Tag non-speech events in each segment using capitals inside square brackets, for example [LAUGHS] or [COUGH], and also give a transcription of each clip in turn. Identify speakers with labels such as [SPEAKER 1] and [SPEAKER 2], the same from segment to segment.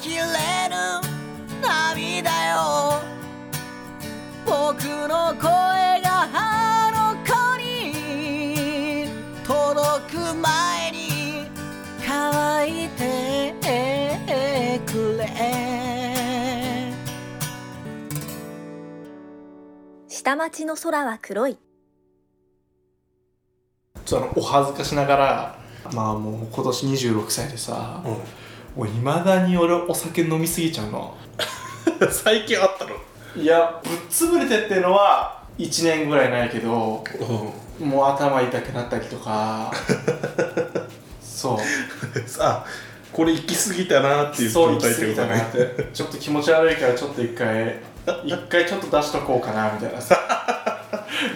[SPEAKER 1] きれぬ涙よ僕の声があの子に届く前に乾いてくれ
[SPEAKER 2] 下町の空は黒い
[SPEAKER 3] ちょっとあのお恥ずかしながらまあもう今年26歳でさ、もういまだに俺お酒飲みすぎちゃうの
[SPEAKER 4] うん最近あったの
[SPEAKER 3] いやぶっ潰れてっていうのは1年ぐらいないけど
[SPEAKER 4] う
[SPEAKER 3] もう頭痛くなったりと [LAUGHS] かそ
[SPEAKER 4] んさあこれ行き過ぎたなって
[SPEAKER 3] う
[SPEAKER 4] いう
[SPEAKER 3] そう行
[SPEAKER 4] 状
[SPEAKER 3] き
[SPEAKER 4] 態っ
[SPEAKER 3] 過
[SPEAKER 4] てい
[SPEAKER 3] ぎ
[SPEAKER 4] うか
[SPEAKER 3] た
[SPEAKER 4] ね
[SPEAKER 3] なってちょっと気持ち悪いからちょっと一回一回ちょっと出しとこうかなみたいな [LAUGHS] さ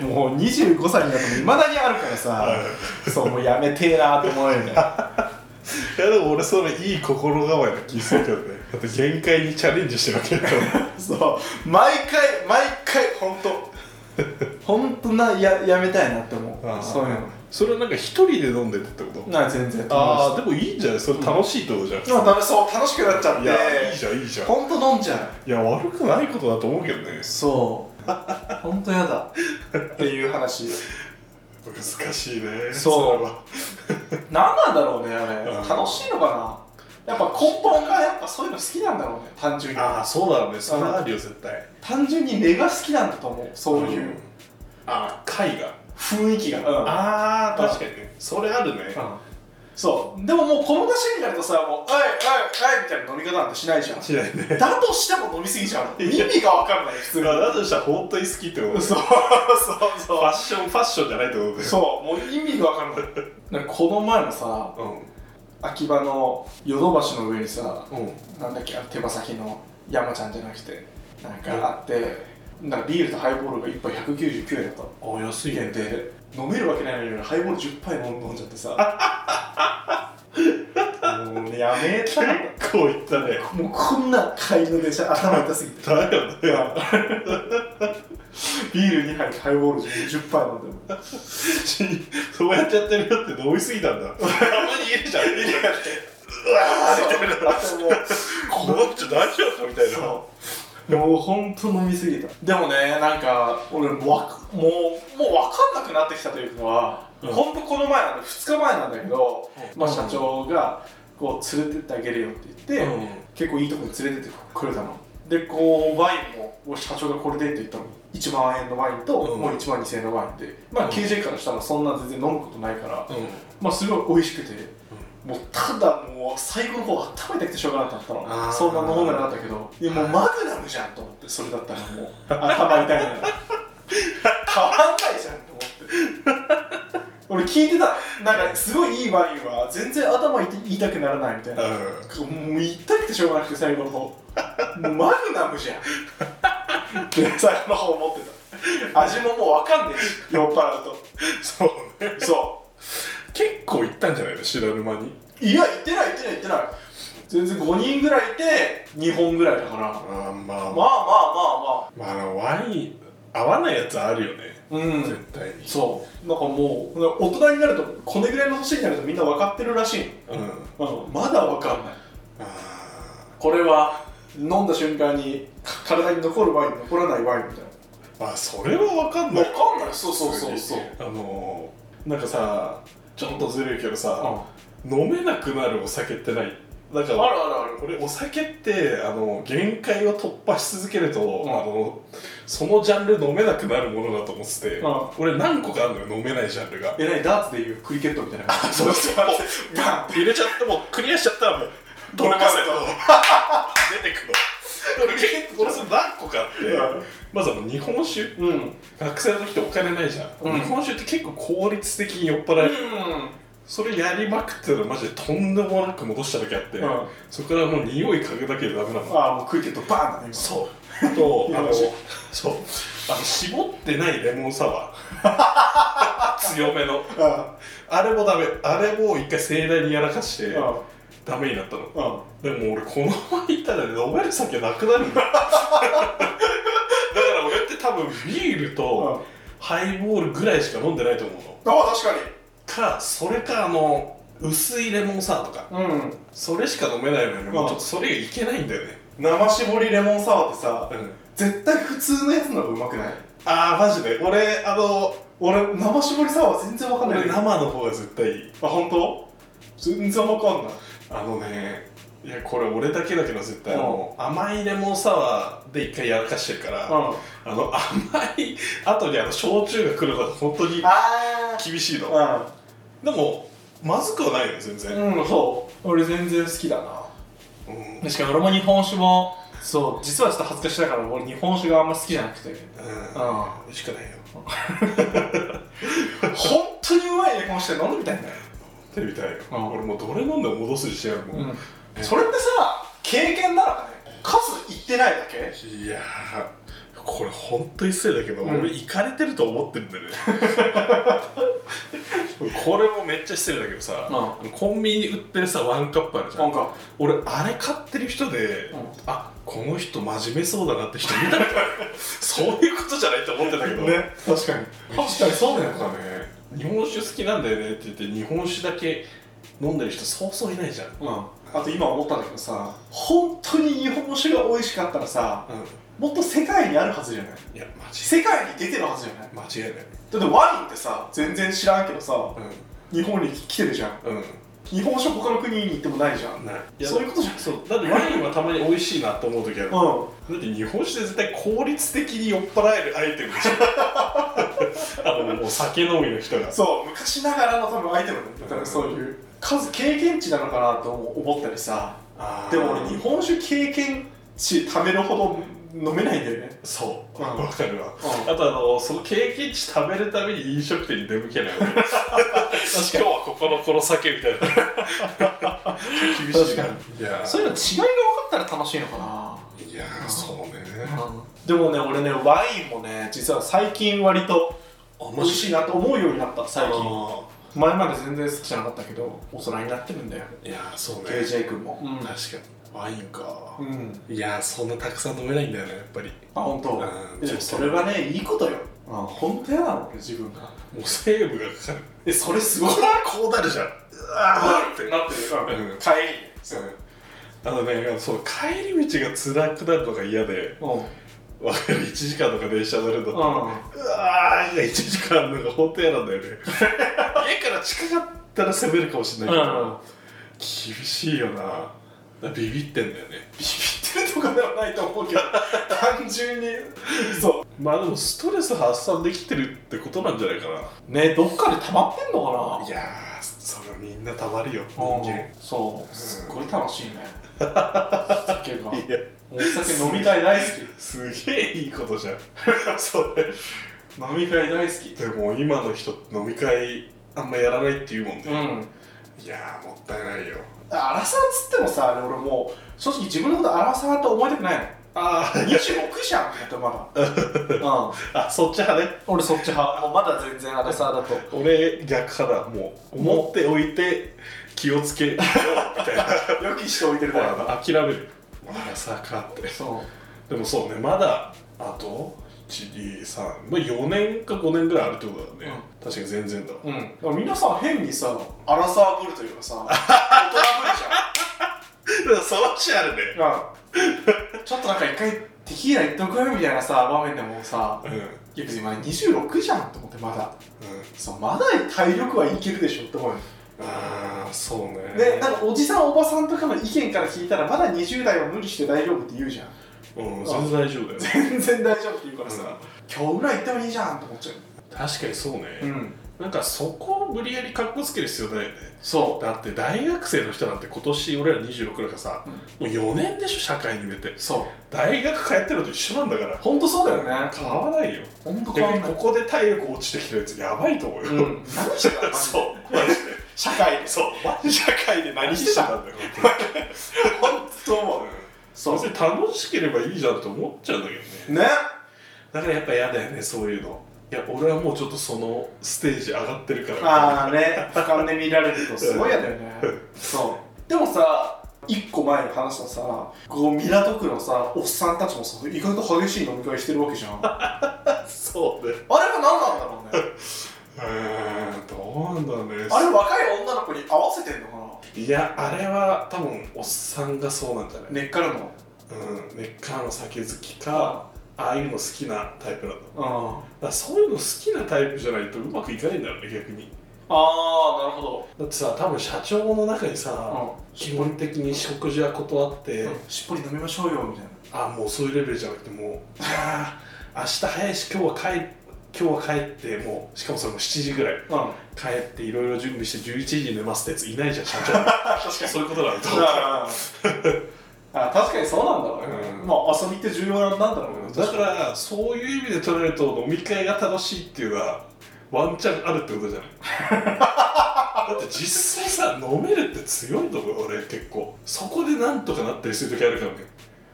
[SPEAKER 3] もう25歳になってもいまだにあるからさそうもうやめてえなって思うよね
[SPEAKER 4] いやでも俺それいい心構えな気するけどねだって限界にチャレンジしてるわけだ [LAUGHS] から
[SPEAKER 3] [LAUGHS] そう毎回毎回本当本当なややめたいなって思うそういうの
[SPEAKER 4] それはなんか一人で飲んでるってこと
[SPEAKER 3] な全然
[SPEAKER 4] ああでもいいんじゃないそれ楽しいってことじゃん、
[SPEAKER 3] でも楽しそう楽しくなっちゃって
[SPEAKER 4] いやいいじゃんいいじゃん
[SPEAKER 3] 本当飲んじゃう
[SPEAKER 4] いや悪くないことだと思うけどね
[SPEAKER 3] そう本当やだっていう話
[SPEAKER 4] 難しいね
[SPEAKER 3] そう
[SPEAKER 4] れは
[SPEAKER 3] 何なんだろうねあれ
[SPEAKER 4] うん
[SPEAKER 3] 楽しいのかなやっぱ根本がやっぱそういうの好きなんだろうね単純に
[SPEAKER 4] ああそうだろうねそれはあるよ絶対
[SPEAKER 3] 単純に根が好きなんだと思うそうい
[SPEAKER 4] ん
[SPEAKER 3] う
[SPEAKER 4] ああ絵画
[SPEAKER 3] 雰囲気が、うん
[SPEAKER 4] ああ確かにねそれあるね
[SPEAKER 3] そうでももうこの出しになるとさもう「あいあいあい」みたいな飲み方なんてしないじゃん
[SPEAKER 4] しないね
[SPEAKER 3] だとしても飲みすぎちゃうの意味が分かん [LAUGHS] ない普通
[SPEAKER 4] そ
[SPEAKER 3] に
[SPEAKER 4] れはだとしたら本当に好きってことね
[SPEAKER 3] そうそう
[SPEAKER 4] フ
[SPEAKER 3] そ
[SPEAKER 4] ァ
[SPEAKER 3] う
[SPEAKER 4] ッションファッションじゃないってことだよ
[SPEAKER 3] そうもう意味が分か [LAUGHS] んないなんかこの前のさ
[SPEAKER 4] う
[SPEAKER 3] 秋葉のヨドバシの上にさ
[SPEAKER 4] んうん
[SPEAKER 3] なんだっけあの手羽先の山ちゃんじゃなくてなんかあってなんかビールとハイボールが1杯199円だった
[SPEAKER 4] あ安
[SPEAKER 3] 次元で飲めるわけないのにハイボール10杯も飲んじゃってさもうねやめたかっ
[SPEAKER 4] こういったね
[SPEAKER 3] たもうこんな買いの電車頭痛すぎて [LAUGHS]
[SPEAKER 4] だよね
[SPEAKER 3] ビール2杯とハイボール10杯飲んでも [LAUGHS]
[SPEAKER 4] そうやってやってるよって飲みすぎたんだたまにいるじゃんいやうわーみたいなこの人大丈夫かみたいな
[SPEAKER 3] そうもう本当飲みすぎたでもねなんか俺もうわかもうもう分かんなくなってきたというのは、
[SPEAKER 4] うん
[SPEAKER 3] ほんとこの前なんで2日前なんだけど、
[SPEAKER 4] うん
[SPEAKER 3] まあ、社長がこう連れてってあげるよって言って、
[SPEAKER 4] うん
[SPEAKER 3] 結構いいとこに連れてってくれたのでこうワインも社長がこれでって言ったの1万円のワインと、
[SPEAKER 4] うん
[SPEAKER 3] もう1万2000円のワインでまあ
[SPEAKER 4] うん
[SPEAKER 3] KJ からしたらそんな全然飲むことないから、
[SPEAKER 4] うん
[SPEAKER 3] まあすごい美味しくて、もうただもう最後の方温めたくてしょうがなかったの
[SPEAKER 4] あー
[SPEAKER 3] そんな飲むなかったけどいやもうマグナムじゃんと思ってそれだったらもう頭痛いなら変わんないじゃんと思って俺聞いてたなんかすごいいいワインは全然頭痛くならないみたいな、もう痛くてしょうがなくて最後の方もうマグナムじゃんって最後の方思ってた味ももう分かんねえし酔っ払うと
[SPEAKER 4] そうね
[SPEAKER 3] そう
[SPEAKER 4] 結構行ったんじゃないの知らぬ間に
[SPEAKER 3] いや、行ってない、行ってない、行ってない。全然5人ぐらいいて、2本ぐらいだから。まあ
[SPEAKER 4] あーま
[SPEAKER 3] ま
[SPEAKER 4] あ
[SPEAKER 3] あ
[SPEAKER 4] まあ、
[SPEAKER 3] ま
[SPEAKER 4] まあの、ワイン合わないやつあるよね、
[SPEAKER 3] あまあ。う
[SPEAKER 4] 絶
[SPEAKER 3] ん。
[SPEAKER 4] 対に
[SPEAKER 3] そう。なんかもう、大人になると、これぐらいの年になるとみんな分かってるらしい。
[SPEAKER 4] うん
[SPEAKER 3] うん、まだ分かんない。
[SPEAKER 4] あ
[SPEAKER 3] これは、飲んだ瞬間に、か体に残るワイン、残らないワインみたい
[SPEAKER 4] ーまあそれは分かん
[SPEAKER 3] な。
[SPEAKER 4] ない
[SPEAKER 3] 分かんない、そうそうそうそう。
[SPEAKER 4] あのー、なんかさちょっとずるいけどさ、
[SPEAKER 3] あ
[SPEAKER 4] 飲めなくなるお酒ってないだか
[SPEAKER 3] る
[SPEAKER 4] ら
[SPEAKER 3] あるある。
[SPEAKER 4] 俺お酒ってあの限界を突破し続けると、
[SPEAKER 3] ん
[SPEAKER 4] あのそのジャンル飲めなくなるものだと思ってて、
[SPEAKER 3] うん
[SPEAKER 4] 俺何個かあるのよ飲めないジャンルが
[SPEAKER 3] えらいダーツでいうクリケットみたいな感じ。
[SPEAKER 4] そうそう
[SPEAKER 3] [LAUGHS] ガン
[SPEAKER 4] 入れちゃってもうクリアしちゃったらもう
[SPEAKER 3] 泥かせと
[SPEAKER 4] 出てくの俺結構俺それ何個かあって、
[SPEAKER 3] うん
[SPEAKER 4] まずあの日本酒
[SPEAKER 3] うん。うん。
[SPEAKER 4] 学生の時ってお金ないじゃん、
[SPEAKER 3] うん
[SPEAKER 4] 日本酒って結構効率的に酔っ払える、それやりまくってたらマジでとんでもなく戻した時あって、
[SPEAKER 3] うん
[SPEAKER 4] そこからもう匂い嗅ぐだけでダメなの
[SPEAKER 3] ああ、もうクリケットバーンだね、今。
[SPEAKER 4] そう。あと、あの、
[SPEAKER 3] よし
[SPEAKER 4] そう。あの、絞ってないレモンサワ
[SPEAKER 3] [LAUGHS]
[SPEAKER 4] ー。強めの。
[SPEAKER 3] あ
[SPEAKER 4] あれもダメ。あれも一回盛大にやらかして、
[SPEAKER 3] あ。うん
[SPEAKER 4] ダメになったの。
[SPEAKER 3] うん。
[SPEAKER 4] でも俺、このまま行ったら飲める酒なくな
[SPEAKER 3] [LAUGHS]
[SPEAKER 4] るんだ。だから俺って多分ビールとハイボールぐらいしか飲んでないと思うの。
[SPEAKER 3] ああ確かに
[SPEAKER 4] か、それかあの、薄いレモンサワーとか
[SPEAKER 3] うん
[SPEAKER 4] それしか飲めないのにもうちょっとそれがいけないんだよね、
[SPEAKER 3] 生絞りレモンサワーってさ
[SPEAKER 4] うん、
[SPEAKER 3] 絶対普通のやつの方がうまくない
[SPEAKER 4] ああマジで俺あの
[SPEAKER 3] 俺生絞りサワー全然わかんない
[SPEAKER 4] 俺
[SPEAKER 3] あ
[SPEAKER 4] 生の方が絶対いい
[SPEAKER 3] 本当全然わかんない
[SPEAKER 4] あのねいやこれ俺だけだけど絶対、
[SPEAKER 3] うん
[SPEAKER 4] あの甘いレモンサワーで一回やらかしてるから、
[SPEAKER 3] うん
[SPEAKER 4] あの甘い後にあの焼酎が来るのが本当に
[SPEAKER 3] あ
[SPEAKER 4] 厳しいの
[SPEAKER 3] あ
[SPEAKER 4] でもまずくはないよ全然、
[SPEAKER 3] うんそう俺全然好きだな
[SPEAKER 4] うん
[SPEAKER 5] しかも俺も日本酒もそう実はちょっと恥ずかしいだから俺日本酒があんま好きじゃなくて
[SPEAKER 4] うん、美味しくないよ
[SPEAKER 3] 本当にうまいレモンして飲んでみたいんだよ、
[SPEAKER 4] テレビ見たいよ、
[SPEAKER 3] うん
[SPEAKER 4] 俺もうどれ飲んでも戻す自信あるもん、
[SPEAKER 3] それってさ経験なのかね数いってないだけ
[SPEAKER 4] いやーこれ本当に失礼だけど、
[SPEAKER 3] うん
[SPEAKER 4] 俺行かれてると思ってんだよね [LAUGHS] これもめっちゃ失礼だけどさ、コンビニに売ってるさワンカップあるじゃん
[SPEAKER 3] か
[SPEAKER 4] 俺あれ買ってる人で、
[SPEAKER 3] ん
[SPEAKER 4] あこの人真面目そうだなって人見たら [LAUGHS] そういうことじゃないと思ってたけど
[SPEAKER 3] ね確かに確かにそうだよ
[SPEAKER 4] なんかね日本酒好きなんだよねって言って日本酒だけ飲んでる人そうそういないじゃん、
[SPEAKER 3] うん、あと今思ったんだけどさ本当に日本酒が美味しかったらさ
[SPEAKER 4] う
[SPEAKER 3] もっと世界にあるはずじゃない
[SPEAKER 4] ん、いや間違
[SPEAKER 3] 世界に出てるはずじゃない
[SPEAKER 4] い間違いない
[SPEAKER 3] だってワインってさ全然知らんけどさ
[SPEAKER 4] う
[SPEAKER 3] 日本に来てるじゃん
[SPEAKER 4] んうん
[SPEAKER 3] 日本酒他の国に行ってもないじゃん
[SPEAKER 4] ない
[SPEAKER 3] そういうことじゃん
[SPEAKER 4] そうだってワインはたまに美味しいなと思う時ある、だ
[SPEAKER 3] う
[SPEAKER 4] って日本酒で絶対効率的に酔っ払えるアイテムでしょ [LAUGHS] あのもう酒飲みの人が
[SPEAKER 3] んそう昔ながらの多分アイテムなんだよ多分そういう数経験値なのかなと思ったりさ
[SPEAKER 4] あー
[SPEAKER 3] でも俺日本酒経験値貯めるほど飲めないんだよね
[SPEAKER 4] そう
[SPEAKER 3] うん
[SPEAKER 4] わ、かるわ
[SPEAKER 3] うん
[SPEAKER 4] あとあのその経験値食べるために飲食店に出向けない俺今日はここのこの酒みたい [LAUGHS] な厳しいないや
[SPEAKER 5] そういうの違いが分かったら楽しいのか
[SPEAKER 3] あ
[SPEAKER 4] いやーそうね
[SPEAKER 5] な、
[SPEAKER 3] でもね俺ねワインもね実は最近割と
[SPEAKER 4] あ
[SPEAKER 3] 美味しいなと思うようになった最近
[SPEAKER 4] あ
[SPEAKER 3] 前まで全然好きじゃなかったけど大人になってるんだよ
[SPEAKER 4] ーいやーそうね
[SPEAKER 3] KJ 君も
[SPEAKER 4] 確かにワインか
[SPEAKER 3] うん、うん、
[SPEAKER 4] いやーそんなたくさん飲めないんだよねやっぱり
[SPEAKER 3] あ本当
[SPEAKER 4] うん
[SPEAKER 3] でもそれはねいいことよあ本当やなの自分が
[SPEAKER 4] もうセーブがかかる
[SPEAKER 3] えそれすごい
[SPEAKER 4] こうなるじゃんうわーって
[SPEAKER 3] なってる、
[SPEAKER 4] うん
[SPEAKER 3] 帰り
[SPEAKER 4] あのねそう帰り道が辛くなるのが嫌で
[SPEAKER 3] うんうん
[SPEAKER 4] わかる1時間とか電車乗るのとうわーいや1時間あるのが本当嫌なんだよね家から近かったら攻めるかもしれないけど、
[SPEAKER 3] うん
[SPEAKER 4] 厳しいよなだからビビってんだよね
[SPEAKER 3] ビビってるとかではないと思うけど単純にそ
[SPEAKER 4] まあでもストレス発散できてるってことなんじゃないかな
[SPEAKER 3] うねどっかで溜まってんのか
[SPEAKER 4] いやーそれはみんなたまるよ人
[SPEAKER 3] な
[SPEAKER 4] 間
[SPEAKER 3] そうすっごい楽しいね酒が
[SPEAKER 4] いや
[SPEAKER 3] お酒飲み会大好
[SPEAKER 4] すげえいいことじゃん [LAUGHS] それ
[SPEAKER 3] き飲み会大好き
[SPEAKER 4] でも今の人飲み会あんまやらないって言うもんね、
[SPEAKER 3] ん
[SPEAKER 4] いやーもったいないよ
[SPEAKER 3] アラサーっつってもさ俺もう正直自分のことアラサーと思いたくないの
[SPEAKER 4] あ
[SPEAKER 3] 26じゃんってまだ、うん、
[SPEAKER 4] あそっち派ね
[SPEAKER 3] 俺そっち派もうまだ全然アラサーだと
[SPEAKER 4] 俺逆派だもう思っておいて気をつけようみたいな
[SPEAKER 3] 予期しておいてるからな
[SPEAKER 4] [LAUGHS] 諦めるあらさかって
[SPEAKER 3] そ
[SPEAKER 4] でもそうねまだあと123まあ4年か5年ぐらいあるってことだね、確かに全然だわ
[SPEAKER 3] ううんだから皆さん変にさアラサーぶるというかさ大人ぶるじゃん
[SPEAKER 4] そのうちあるね
[SPEAKER 3] まあ、ちょっとなんか一回テキーラ言っとくよみたいなさ場面でもさ
[SPEAKER 4] うん、うん、
[SPEAKER 3] いや別にまだ26じゃんと思ってまだそうまだ体力はいけるでしょって思うよ
[SPEAKER 4] ああそうね
[SPEAKER 3] でなんかおじさんおばさんとかの意見から聞いたらまだ20代は無理して大丈夫って言うじゃん
[SPEAKER 4] うん全然大丈夫だ
[SPEAKER 3] [LAUGHS]
[SPEAKER 4] よ
[SPEAKER 3] 全然大丈夫って言うからさ、
[SPEAKER 4] うん
[SPEAKER 3] 今日ぐらい行ってもいいじゃんと思っちゃ
[SPEAKER 4] 確かにそうね、
[SPEAKER 3] ううん
[SPEAKER 4] なんかそこを無理やり格好つける必要ないよね
[SPEAKER 3] そ
[SPEAKER 4] だって大学生の人なんて今年俺ら26だからさ、もう4年でしょ社会に出て
[SPEAKER 3] うそう
[SPEAKER 4] 大学通ってるのと一緒なんだから
[SPEAKER 3] 本当そうだよね
[SPEAKER 4] 変わらないよ
[SPEAKER 3] 本当変わ
[SPEAKER 4] 逆
[SPEAKER 3] ん
[SPEAKER 4] に
[SPEAKER 3] ない
[SPEAKER 4] ここで体力落ちてきたやつやばいと思うよ、
[SPEAKER 3] うん、 [LAUGHS] 何してたの
[SPEAKER 4] [LAUGHS] そうマジで
[SPEAKER 3] 社会で
[SPEAKER 4] そうマジで社会で [LAUGHS] 何してたんだよ
[SPEAKER 3] 本当思う
[SPEAKER 4] [LAUGHS] そ
[SPEAKER 3] そう
[SPEAKER 4] 別に楽しければいいじゃんと思っちゃうんだけどね
[SPEAKER 3] うね
[SPEAKER 4] だからやっぱ嫌だよねそういうのいや俺はもうちょっとそのステージ上がってるから
[SPEAKER 3] ああね俯瞰で見られるとすごい嫌だよ [LAUGHS] ねそうでもさ一個前に話したさこう港区のさおっさんたちもさ [LAUGHS] 意外と激しい飲み会してるわけじゃんあれは
[SPEAKER 4] そうね
[SPEAKER 3] 何なんだろうね
[SPEAKER 4] えー、どうなんだろうね
[SPEAKER 3] あれ若い女の子に合わせてんのか
[SPEAKER 4] いやあれは多分おっさんがそうなんじゃない、
[SPEAKER 3] な根っからの
[SPEAKER 4] うん、根っからの酒好きかああいうの好きなタイプなんだだか
[SPEAKER 3] あ
[SPEAKER 4] らそういうの好きなタイプじゃないとうまくいかないんだろうね逆に
[SPEAKER 3] あーなるほ
[SPEAKER 4] だってさ多分社長の中にさ、
[SPEAKER 3] ど、
[SPEAKER 4] 基本的に食事は断って、
[SPEAKER 3] うん、しっぽり飲みましょうよみたいな
[SPEAKER 4] あもうそういうレベルじゃなくてもうあー明日早いし今日は帰今日は帰ってもうしかもそれも7時ぐらい
[SPEAKER 3] うん
[SPEAKER 4] 帰っていろいろ準備して11時に寝ますってやついないじゃ
[SPEAKER 3] [LAUGHS]
[SPEAKER 4] ん社長
[SPEAKER 3] 確かに
[SPEAKER 4] そういうことだろうと思って
[SPEAKER 3] ああ確かにそうなんだろうね、
[SPEAKER 4] うん
[SPEAKER 3] まあ遊びって重要なんだろうね
[SPEAKER 4] だからそういう意味で取れると飲み会が楽しいっていうのはワンチャンあるってことじゃな
[SPEAKER 3] [LAUGHS]
[SPEAKER 4] いだって実際さ飲めるって強いと思う俺結構そこでなんとかなったりする時あるか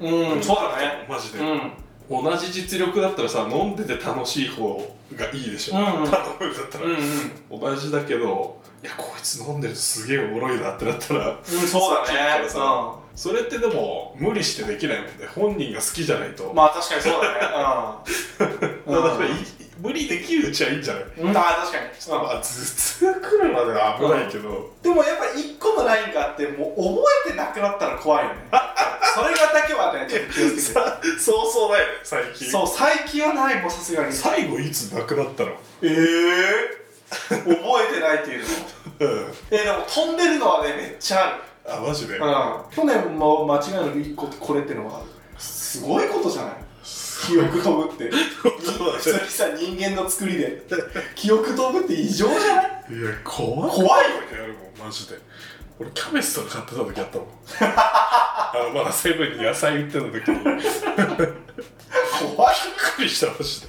[SPEAKER 4] らね
[SPEAKER 3] うんそうだね
[SPEAKER 4] マジで、
[SPEAKER 3] うん
[SPEAKER 4] 同じ実力だったらさ飲んでて楽しい方がいいでしょ、 [LAUGHS]
[SPEAKER 3] うんうん
[SPEAKER 4] 頼むんだったら、
[SPEAKER 3] うんうん
[SPEAKER 4] 同じだけどいやこいつ飲んでるとすげえおもろいなってなったら
[SPEAKER 3] そうだね
[SPEAKER 4] そっち行
[SPEAKER 3] う
[SPEAKER 4] それってでも無理してできないもんね本人が好きじゃないと、
[SPEAKER 3] んまあ確かにそうだねう
[SPEAKER 4] だ
[SPEAKER 3] ん
[SPEAKER 4] からい無理できるうちはいいんじゃない
[SPEAKER 3] うんああ確かにうん
[SPEAKER 4] まあ頭痛が来るまでは危ないけど、
[SPEAKER 3] でもやっぱ一個のラインがあってもう覚えてなくなったら怖いよねそれがだけはねちょっと気をつけ
[SPEAKER 4] さ [LAUGHS] そうそうだよね最
[SPEAKER 3] て [LAUGHS]
[SPEAKER 4] 近
[SPEAKER 3] そう最近はないもうさすがに
[SPEAKER 4] 最後いつなくなったの
[SPEAKER 3] ええ覚えてないっていうの
[SPEAKER 4] うん
[SPEAKER 3] えでも飛んでるのはねめっちゃある
[SPEAKER 4] あマジ
[SPEAKER 3] う
[SPEAKER 4] で、
[SPEAKER 3] ん去年も間違いなく1個ってこれってのはすごいことじゃない記憶飛ぶって普通にさ人間の作りで記憶飛ぶって異常じゃない
[SPEAKER 4] [LAUGHS] いや怖い
[SPEAKER 3] 怖いよ
[SPEAKER 4] やるもんマジで俺キャベツとか買ってた時あったもんあのまだセブンに野菜売ってた時にびっ
[SPEAKER 3] 怖い
[SPEAKER 4] くりしたマジで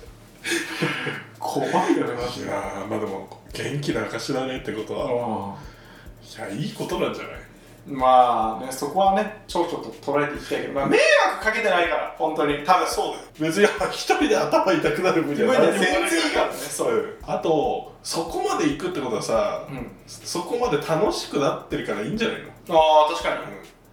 [SPEAKER 3] 怖いよねマジ
[SPEAKER 4] い
[SPEAKER 3] で
[SPEAKER 4] やーまあでも元気な証だねってことは、いやいいことなんじゃない
[SPEAKER 3] まあねそこはねちょ々と捉えていきたいけど、まあ、迷惑かけてないから本当に多分そうだよ
[SPEAKER 4] 別に一人で頭痛くなる分に
[SPEAKER 3] 自
[SPEAKER 4] は
[SPEAKER 3] 分で
[SPEAKER 4] 何
[SPEAKER 3] 全
[SPEAKER 4] にも悪
[SPEAKER 3] 然いいからね
[SPEAKER 4] そ
[SPEAKER 3] そうう
[SPEAKER 4] いうあとそこまで行くってことはさ、
[SPEAKER 3] ん
[SPEAKER 4] そこまで楽しくなってるからいいんじゃないの、
[SPEAKER 3] ああ確かに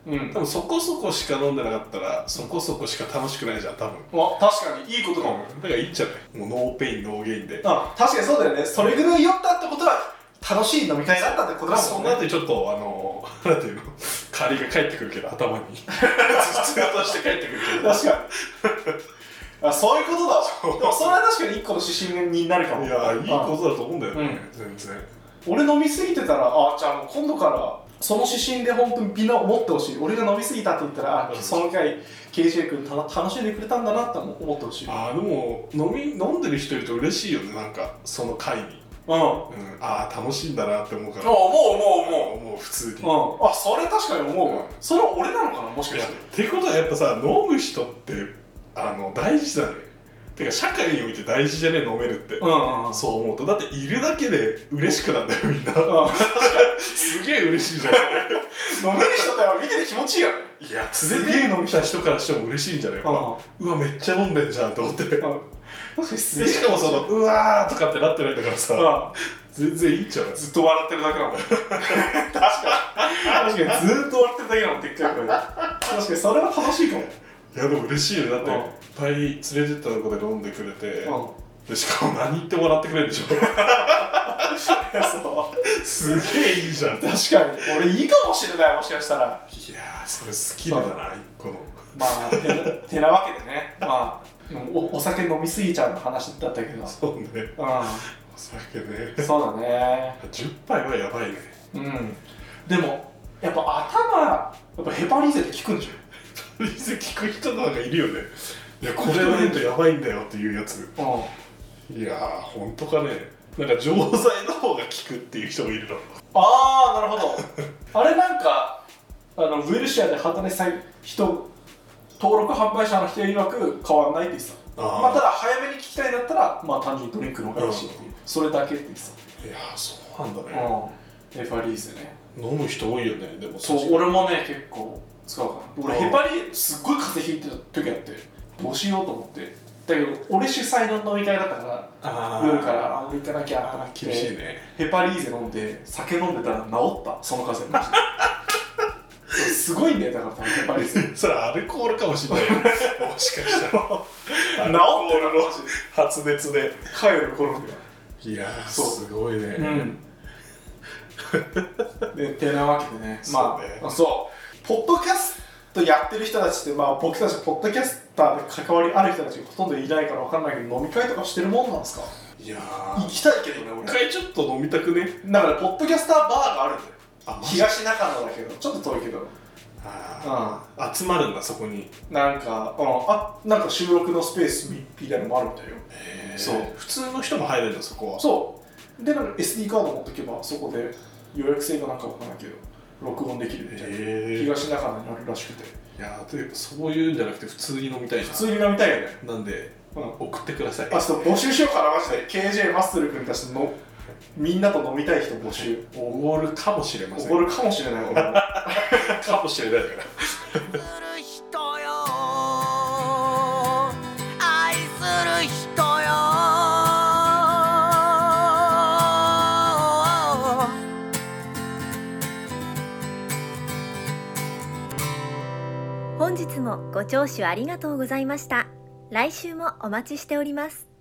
[SPEAKER 3] うん
[SPEAKER 4] 多分そこそこしか飲んでなかったらそこそこしか楽しくないじゃん多分、
[SPEAKER 3] あ確かにいいことかも、
[SPEAKER 4] だからいいんじゃないもうノーペインノーゲインで
[SPEAKER 3] あ確かにそうだよねそれぐらい酔ったってことは楽しい飲み会だったってことだ
[SPEAKER 4] そ
[SPEAKER 3] もん
[SPEAKER 4] の
[SPEAKER 3] ね
[SPEAKER 4] 後ちょっとあの [LAUGHS] なんていうの借りが返ってくるけど頭に頭痛として返ってくるけど
[SPEAKER 3] 確かに [LAUGHS] あそういうことだわでもそれは確かに一個の指針になるかも
[SPEAKER 4] [LAUGHS] いやいいことだと思うんだよね、全然
[SPEAKER 3] 俺飲みすぎてたらあじゃあもう今度からその指針で本当に美を持ってほしい俺が飲みすぎたって言ったらあ
[SPEAKER 4] うん
[SPEAKER 3] その回 KJ 君た楽しんでくれたんだなって思ってほしいうん
[SPEAKER 4] あーでも飲み飲んでる人いると嬉しいよねなんかその会に、
[SPEAKER 3] あ
[SPEAKER 4] うん、ああ楽しいんだなって思うから
[SPEAKER 3] 思う思う思う
[SPEAKER 4] もう普通に、い
[SPEAKER 3] うん、あそれ確かに思うわ、
[SPEAKER 4] うん
[SPEAKER 3] それは俺なのかなもしか
[SPEAKER 4] や
[SPEAKER 3] し
[SPEAKER 4] っててことはやっぱさ飲む人ってあの大事だねてか社会において大事じゃね飲めるって、
[SPEAKER 3] うん [LAUGHS] うんうん
[SPEAKER 4] そう思うとだっているだけで嬉しくなんだよみんな [LAUGHS] すげえ嬉しいじゃん
[SPEAKER 3] 飲める人だよ見てて気持ちいいよね
[SPEAKER 4] いや
[SPEAKER 3] す
[SPEAKER 4] 連
[SPEAKER 3] げ
[SPEAKER 4] れ
[SPEAKER 3] え
[SPEAKER 4] て
[SPEAKER 3] 飲み
[SPEAKER 4] きた人からしても嬉しいんじゃないうやっぱ
[SPEAKER 3] ん
[SPEAKER 4] うわめっちゃ飲んでんじゃんと思ってで
[SPEAKER 3] うん確かにすげえ
[SPEAKER 4] しかもそのうわーとかってなってないんだから
[SPEAKER 3] う
[SPEAKER 4] さ
[SPEAKER 3] ん
[SPEAKER 4] 全然いいんちゃう
[SPEAKER 3] ずっと笑ってるだけなの [LAUGHS] 確かに確かにずっと笑ってるだけなのでっかい声で確かにそれは楽しいかも
[SPEAKER 4] いやでも嬉しいよねだって
[SPEAKER 3] うん
[SPEAKER 4] いっぱい連れてったとこで飲んでくれて
[SPEAKER 3] うん
[SPEAKER 4] でしかも何言ってもらってくれる
[SPEAKER 3] [LAUGHS]
[SPEAKER 4] でしょ
[SPEAKER 3] そう
[SPEAKER 4] すげえいいじゃんいや
[SPEAKER 3] 確かに俺いいかもしれないもしかしたら
[SPEAKER 4] ーそれスキルだな一個の
[SPEAKER 3] まあてなてなわけでねまあおお酒飲みすぎちゃうの話だったけど
[SPEAKER 4] そうね
[SPEAKER 3] う
[SPEAKER 4] お酒ね
[SPEAKER 3] んそうだね
[SPEAKER 4] 10杯はやばいね
[SPEAKER 3] うんでもやっぱ頭やっぱヘパリーゼって効くんじ
[SPEAKER 4] 水聞く人なんかいるよねいやこれないとやばいんだよっていうやつ
[SPEAKER 3] ゃんうん
[SPEAKER 4] いやー本当かねなんか錠剤の方が効くっていう人もいるの
[SPEAKER 3] ああなる
[SPEAKER 4] [LAUGHS]
[SPEAKER 3] ほどあれなんかあのウェルシアで働いてた人登録販売者の人曰く変わんないって言ってた
[SPEAKER 4] あー
[SPEAKER 3] まあ、ただ早めに聞きたいんだったらまあ単純にドリンクの方がいいしっていう、それだけって言って
[SPEAKER 4] いやーそうなんだ
[SPEAKER 3] た、
[SPEAKER 4] ね、
[SPEAKER 3] ヘパリーゼね
[SPEAKER 4] 飲む人多いよねでも
[SPEAKER 3] そう俺もね結構使うから俺
[SPEAKER 4] うん
[SPEAKER 3] ヘパリーゼすっごい風邪ひいてた時あってどうしようと思ってだけど俺主催の飲み会だったから
[SPEAKER 4] あー
[SPEAKER 3] 夜からあー行かなきゃなって
[SPEAKER 4] 厳しいね
[SPEAKER 3] ヘパリーゼ飲んで酒飲んでたら治ったその風邪マジでそれ [LAUGHS] すごいんだよだから多分ヘパリーゼ [LAUGHS] 治っ
[SPEAKER 4] それアルコールかもしれないもしかしたら
[SPEAKER 3] てるマジで
[SPEAKER 4] 発熱で
[SPEAKER 3] 帰る頃には
[SPEAKER 4] いやー
[SPEAKER 3] そう
[SPEAKER 4] すごいね、
[SPEAKER 5] うん
[SPEAKER 3] [LAUGHS] でてなわけでねま
[SPEAKER 4] そうね
[SPEAKER 3] あそうポッドキャストやってる人たちってまあ僕たちポッドキャスターで関わりある人たちがほとんどいないから分かんないけど飲み会とかしてるもんなんですか
[SPEAKER 4] いや
[SPEAKER 3] 行
[SPEAKER 4] ー
[SPEAKER 3] きたいけどね
[SPEAKER 4] 一
[SPEAKER 3] 俺
[SPEAKER 4] 回ちょっと飲みたくね
[SPEAKER 3] だからポッドキャスターバーがあるんだよ
[SPEAKER 4] あマジ
[SPEAKER 3] 東中野だけどちょっと遠いけど
[SPEAKER 4] あー集まるんだそこに
[SPEAKER 3] なんか、うん、あなんか収録のスペースみみたいなのもあるみたいよ
[SPEAKER 4] そう普通の人も入れるんだそこは
[SPEAKER 3] そうでなんか SD カード持ってけばそこで予約制かなんかわかんないけど録音できるみたいな、
[SPEAKER 4] へー
[SPEAKER 3] 東中野にあるらしくて
[SPEAKER 4] いやーというかそういうんじゃなくて普通に飲みたいじ
[SPEAKER 3] 普
[SPEAKER 4] ゃ
[SPEAKER 3] 通に飲みたいよね
[SPEAKER 4] んなんで
[SPEAKER 3] うん
[SPEAKER 4] 送ってください
[SPEAKER 3] あちょっと募集しようかなマジで KJ マッスル君たちのみんなと飲みたい人募集
[SPEAKER 4] おごるかもしれません
[SPEAKER 3] おごるかもしれない
[SPEAKER 4] [LAUGHS]
[SPEAKER 3] 俺も
[SPEAKER 4] かもしれないから
[SPEAKER 1] 愛する人よ愛する人よ
[SPEAKER 2] 本日もご聴取ありがとうございました来週もお待ちしております